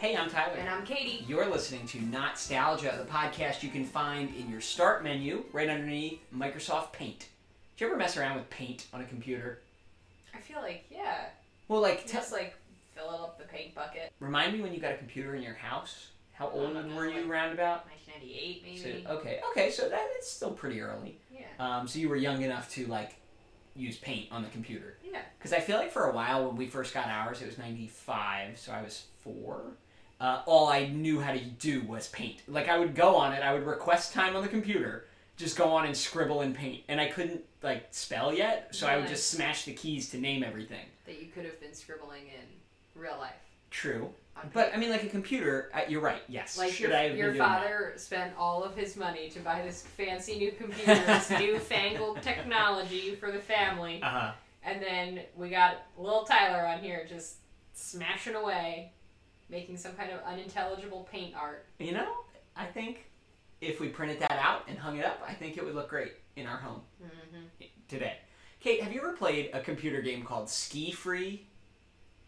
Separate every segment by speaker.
Speaker 1: Hey, I'm Tyler.
Speaker 2: And I'm Katie.
Speaker 1: You're listening to Nostalgia, the podcast you can find in your start menu right underneath Microsoft Paint. Do you ever mess around with paint on a computer?
Speaker 2: I feel like, yeah.
Speaker 1: Well, like, t-
Speaker 2: Just like fill it up the paint bucket.
Speaker 1: remind me when you got a computer in your house. How
Speaker 2: Oh,
Speaker 1: old
Speaker 2: I don't
Speaker 1: were
Speaker 2: know,
Speaker 1: you
Speaker 2: like-
Speaker 1: roundabout?
Speaker 2: 1998,
Speaker 1: So,
Speaker 2: maybe.
Speaker 1: okay, okay, so that is still pretty early.
Speaker 2: Yeah.
Speaker 1: Um, so you were young enough to, like, use paint on the computer.
Speaker 2: Yeah.
Speaker 1: Because I feel like for a while when we first got ours, it was 95, so I was four. Uh, all I knew how to do was paint. Like, I would go on it, I would request time on the computer, just go on and scribble and paint. And I couldn't, like, spell yet, so I would
Speaker 2: Nice.
Speaker 1: just smash the keys to name everything.
Speaker 2: That you could have been scribbling in real life.
Speaker 1: True.
Speaker 2: on
Speaker 1: But,
Speaker 2: paint.
Speaker 1: I mean, like, a computer, uh, you're right, yes.
Speaker 2: like
Speaker 1: Should
Speaker 2: your,
Speaker 1: I have
Speaker 2: your
Speaker 1: been doing that?
Speaker 2: father spent all of his money to buy this fancy new computer, this newfangled technology for the family,
Speaker 1: Uh-huh.
Speaker 2: and then we got little Tyler on here just smashing away, making some kind of unintelligible paint art.
Speaker 1: You know, I think if we printed that out and hung it up, I think it would look great in our home
Speaker 2: Mm-hmm.
Speaker 1: today. Kate, have you ever played a computer game called Ski Free?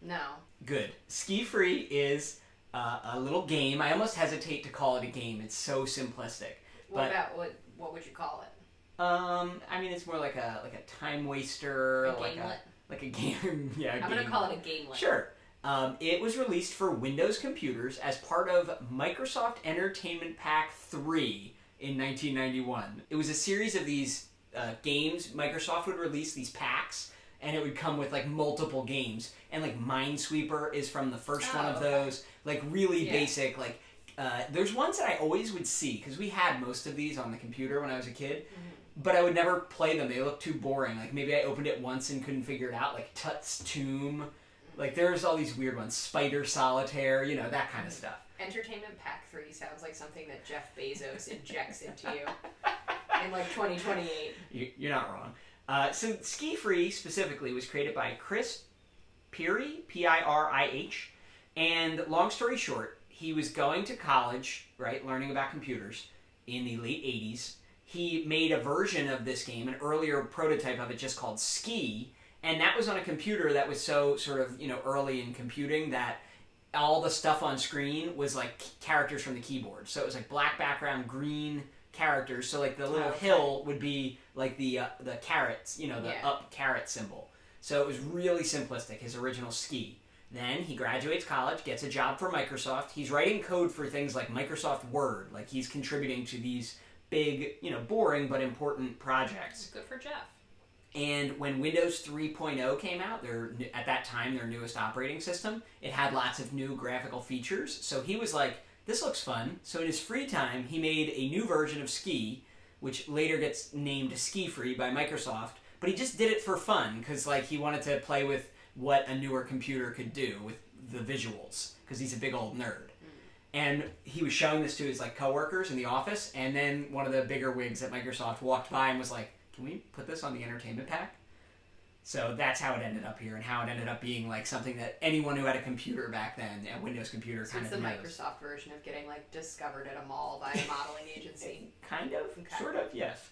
Speaker 2: No.
Speaker 1: Good. Ski Free is uh, a little game. I almost hesitate to call it a game. It's so simplistic.
Speaker 2: What
Speaker 1: But-
Speaker 2: about what? What would you call it?
Speaker 1: Um, I mean, it's more like a like a time waster,
Speaker 2: A
Speaker 1: like
Speaker 2: gamelet?
Speaker 1: a like a game. yeah, i
Speaker 2: I'm gonna call it a gamelet.
Speaker 1: Sure. Um, it was released for Windows computers as part of Microsoft Entertainment Pack 3 in 1991. It was a series of these uh, games. Microsoft would release these packs, and it would come with like multiple games. And like Minesweeper is from the first
Speaker 2: Oh,
Speaker 1: one of
Speaker 2: okay.
Speaker 1: those. Like really
Speaker 2: Yeah.
Speaker 1: basic. Like uh, there's ones that I always would see because we had most of these on the computer when I was a kid but I would never play them. They looked too boring. Like maybe I opened it once and couldn't figure it out. Like Tut's Tomb. Like there's all these weird ones. Spider Solitaire, you know, that kind of stuff.
Speaker 2: Entertainment Pack 3 sounds like something that Jeff Bezos injects into you in like 2028.
Speaker 1: You, you're not wrong. Uh, so Ski Free specifically was created by Chris Peary, P I R I H. And long story short, he was going to college, right, learning about computers in the late 80s. He made a version of this game, an earlier prototype of it just called Ski. And that was on a computer that was so sort of, you know, early in computing that all the stuff on screen was like characters from the keyboard. So it was like black background, green characters. So like the little
Speaker 2: Oh, Okay.
Speaker 1: hill would be like the uh, the carrots, you know, the
Speaker 2: Yeah.
Speaker 1: up carrot symbol. So it was really simplistic. His original Ski. Then he graduates college, gets a job for Microsoft. He's writing code for things like Microsoft Word. Like he's contributing to these big, you know, boring but important projects.
Speaker 2: Good for Jeff.
Speaker 1: And when Windows 3.0 came out, their at that time their newest operating system, it had lots of new graphical features. So he was like, "This looks fun." So in his free time, he made a new version of Ski, which later gets named Ski Free by Microsoft. But he just did it for fun because like he wanted to play with what a newer computer could do with the visuals because he's a big old nerd. And he was showing this to his like coworkers in the office, and then one of the bigger wigs at Microsoft walked by and was like, "Can we put this on the entertainment pack?" So that's how it ended up here, and how it ended up being like something that anyone who had a computer back then, a Windows computer,
Speaker 2: So
Speaker 1: kind
Speaker 2: it's the
Speaker 1: of knows.
Speaker 2: Microsoft version of getting like discovered at a mall by a modeling agency.
Speaker 1: Kind of,
Speaker 2: Okay.
Speaker 1: sort of, yes.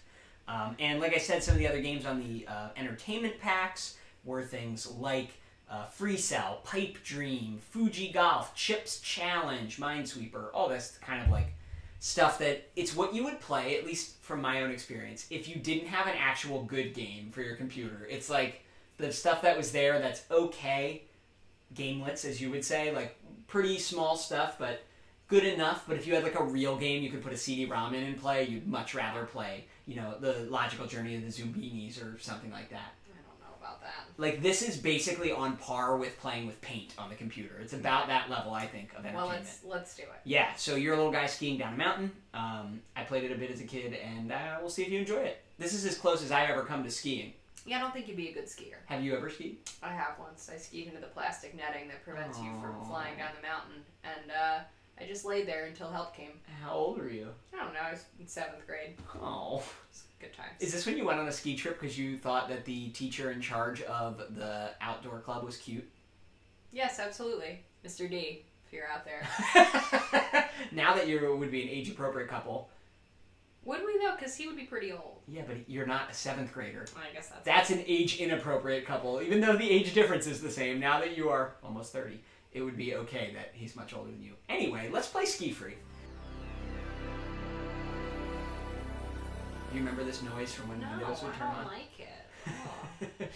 Speaker 1: Um, and like I said, some of the other games on the uh, entertainment packs were things like uh, Free Cell, Pipe Dream, Fuji Golf, Chips Challenge, Minesweeper. All that's kind of like stuff that it's what you would play, at least from my own experience, if you didn't have an actual good game for your computer. It's like the stuff that was there that's okay, gamelets, as you would say, like pretty small stuff, but good enough. But if you had like a real game, you could put a CD-ROM in and play. You'd much rather play, you know, the logical journey of the Zumbinis or something like that.
Speaker 2: I don't know about that.
Speaker 1: Like this is basically on par with playing with paint on the computer. It's about that level, I think, of entertainment.
Speaker 2: Well, let's let's do it.
Speaker 1: yeah, so you're a little guy skiing down a mountain. Um, I played it a bit as a kid, and uh, we'll see if you enjoy it. This is as close as I've ever come to skiing.
Speaker 2: Yeah, I don't think you'd be a good skier.
Speaker 1: Have you ever skied?
Speaker 2: I have once. I skied into the plastic netting that prevents you from
Speaker 1: Aw.
Speaker 2: flying down the mountain, and uh, I just laid there until help came.
Speaker 1: How old are you?
Speaker 2: I don't know. I was in seventh grade.
Speaker 1: Oh.
Speaker 2: It was good times.
Speaker 1: Is this when you went on a ski trip because you thought that the teacher in charge of the outdoor club was cute?
Speaker 2: yes, absolutely, Mr. D. If you're out there.
Speaker 1: now that you would be an age appropriate couple.
Speaker 2: Would we though? Because he would be pretty old.
Speaker 1: Yeah, but you're not a seventh grader.
Speaker 2: I guess that's.
Speaker 1: That's an age inappropriate couple, even though the age difference is the same. Now that you are almost 30, it would be okay that he's much older than you. Anyway, let's play Ski Free. Do you remember this noise from when
Speaker 2: No, I
Speaker 1: Windows would turn
Speaker 2: don't
Speaker 1: on?
Speaker 2: like it. Oh, wow.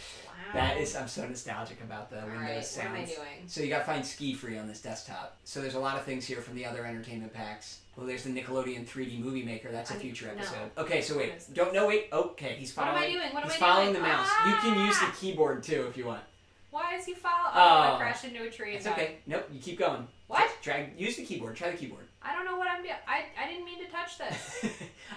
Speaker 1: That is, I'm so nostalgic about the
Speaker 2: All
Speaker 1: Windows
Speaker 2: right, what am I
Speaker 1: sounds.
Speaker 2: doing?
Speaker 1: So you got to find Ski Free on this desktop. So there's a lot of things here from the other entertainment packs. Well, there's the Nickelodeon 3D Movie Maker. That's a
Speaker 2: I-
Speaker 1: future
Speaker 2: no.
Speaker 1: episode. Okay, so wait.
Speaker 2: What is this?
Speaker 1: Don't no wait. Okay, he's
Speaker 2: What am
Speaker 1: following.
Speaker 2: I doing? What am
Speaker 1: he's
Speaker 2: I
Speaker 1: following
Speaker 2: doing?
Speaker 1: the mouse. You can use the
Speaker 2: Ah!
Speaker 1: keyboard too if you want.
Speaker 2: Why is he following? Oh,
Speaker 1: Oh.
Speaker 2: I crashed into a tree. and
Speaker 1: It's
Speaker 2: died.
Speaker 1: okay. Nope. You keep going.
Speaker 2: What?
Speaker 1: Drag. Use the keyboard. Try the keyboard.
Speaker 2: I don't know what I'm doing. I, I didn't mean to touch this.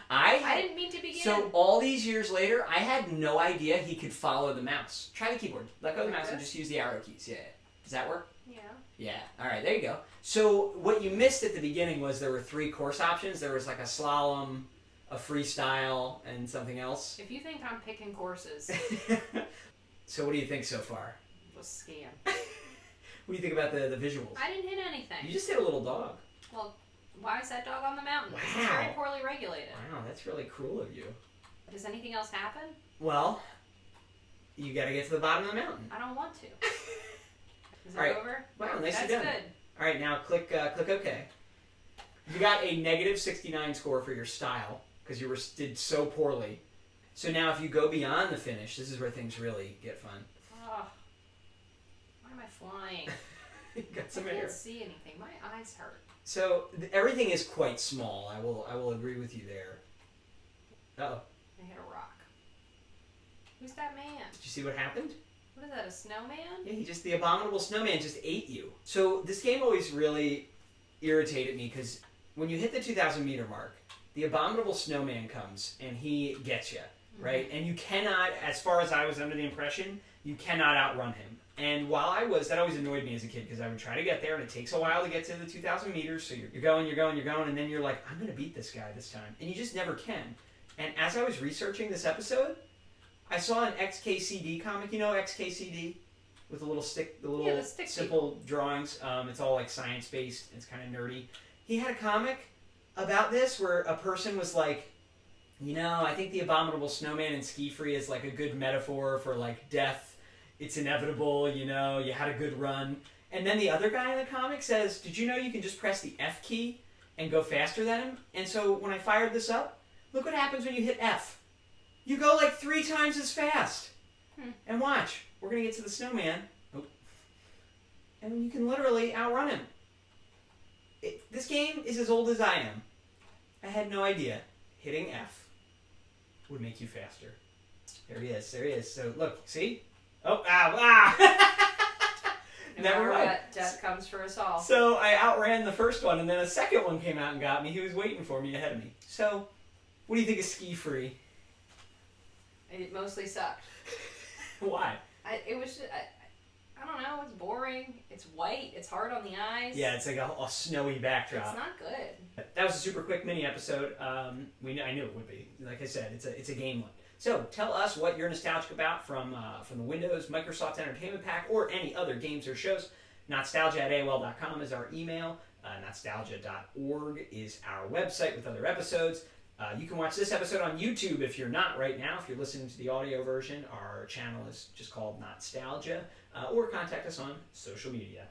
Speaker 1: I.
Speaker 2: I didn't mean to begin.
Speaker 1: so all these years later, I had no idea he could follow the mouse. Try the keyboard. Let go of the
Speaker 2: Like
Speaker 1: mouse and
Speaker 2: this?
Speaker 1: just use the arrow keys. Yeah. Does that work?
Speaker 2: yeah.
Speaker 1: Yeah. All right. There you go. So what you missed at the beginning was there were three course options. There was like a slalom, a freestyle, and something else.
Speaker 2: If you think I'm picking courses,
Speaker 1: so what do you think so far?
Speaker 2: just scam.
Speaker 1: What do you think about the the visuals?
Speaker 2: I didn't hit anything.
Speaker 1: You just did a little dog.
Speaker 2: Why is that dog on the mountain? It's
Speaker 1: Wow.
Speaker 2: very poorly regulated.
Speaker 1: Wow, that's really cruel of you.
Speaker 2: Does anything else happen?
Speaker 1: Well, you got to get to the bottom of the mountain.
Speaker 2: I don't want to. Is it
Speaker 1: All right.
Speaker 2: over?
Speaker 1: Wow, nicely
Speaker 2: That's
Speaker 1: done.
Speaker 2: good.
Speaker 1: All right, now click uh, click OK. You got a negative 69 score for your style because you were did so poorly. So now if you go beyond the finish, this is where things really get fun.
Speaker 2: Oh. Why am I flying?
Speaker 1: you got some
Speaker 2: I can't
Speaker 1: air.
Speaker 2: see anything. My eyes hurt.
Speaker 1: So th- everything is quite small. I will I will agree with you there. Oh,
Speaker 2: I hit a rock. Who's that man?
Speaker 1: did you see what happened?
Speaker 2: What is that? A snowman?
Speaker 1: Yeah, he just the abominable snowman just ate you. So this game always really irritated me because when you hit the 2,000 meter mark, the abominable snowman comes and he gets you, right? And you cannot, as far as I was under the impression, you cannot outrun him. And while I was, that always annoyed me as a kid because I would try to get there and it takes a while to get to the 2,000 meters. So you're, you're going, you're going, you're going, and then you're like, I'm going to beat this guy this time. And you just never can. And as I was researching this episode, I saw an XKCD comic. You know XKCD? With the little stick, the little
Speaker 2: Yeah, the stick
Speaker 1: simple drawings. Um, it's all like science based. It's kind of nerdy. He had a comic about this where a person was like, you know, I think the abominable snowman and ski free is like a good metaphor for like death. It's inevitable, you know, you had a good run. And then the other guy in the comic says, Did you know you can just press the F key and go faster than him? And so when I fired this up, look what happens when you hit F. You go like three times as fast.
Speaker 2: Hmm.
Speaker 1: And watch, we're going to get to the snowman. Oh. And you can literally outrun him. It, this game is as old as I am. I had no idea hitting F would make you faster. There he is. There he is. So look, see? Oh, ow, ah!
Speaker 2: No
Speaker 1: Never
Speaker 2: matter
Speaker 1: mind.
Speaker 2: what, death comes for us all.
Speaker 1: So I outran the first one, and then a second one came out and got me. He was waiting for me ahead of me. So, what do you think of ski free?
Speaker 2: It mostly sucked.
Speaker 1: Why?
Speaker 2: I, it was just, I, I don't know. It's boring. It's white. It's hard on the eyes.
Speaker 1: Yeah, it's like a, a snowy
Speaker 2: It's
Speaker 1: backdrop.
Speaker 2: not good.
Speaker 1: That was a super quick mini episode. Um, we kn- I knew it would be. Like I said, it's a it's a game one. So tell us what you're nostalgic about from uh, from the Windows, Microsoft Entertainment Pack, or any other games or shows. Nostalgia at AOL.com is our email. Uh, nostalgia.org is our website with other episodes. Uh, you can watch this episode on YouTube if you're not right now. If you're listening to the audio version, our channel is just called Nostalgia, uh, or contact us on social media.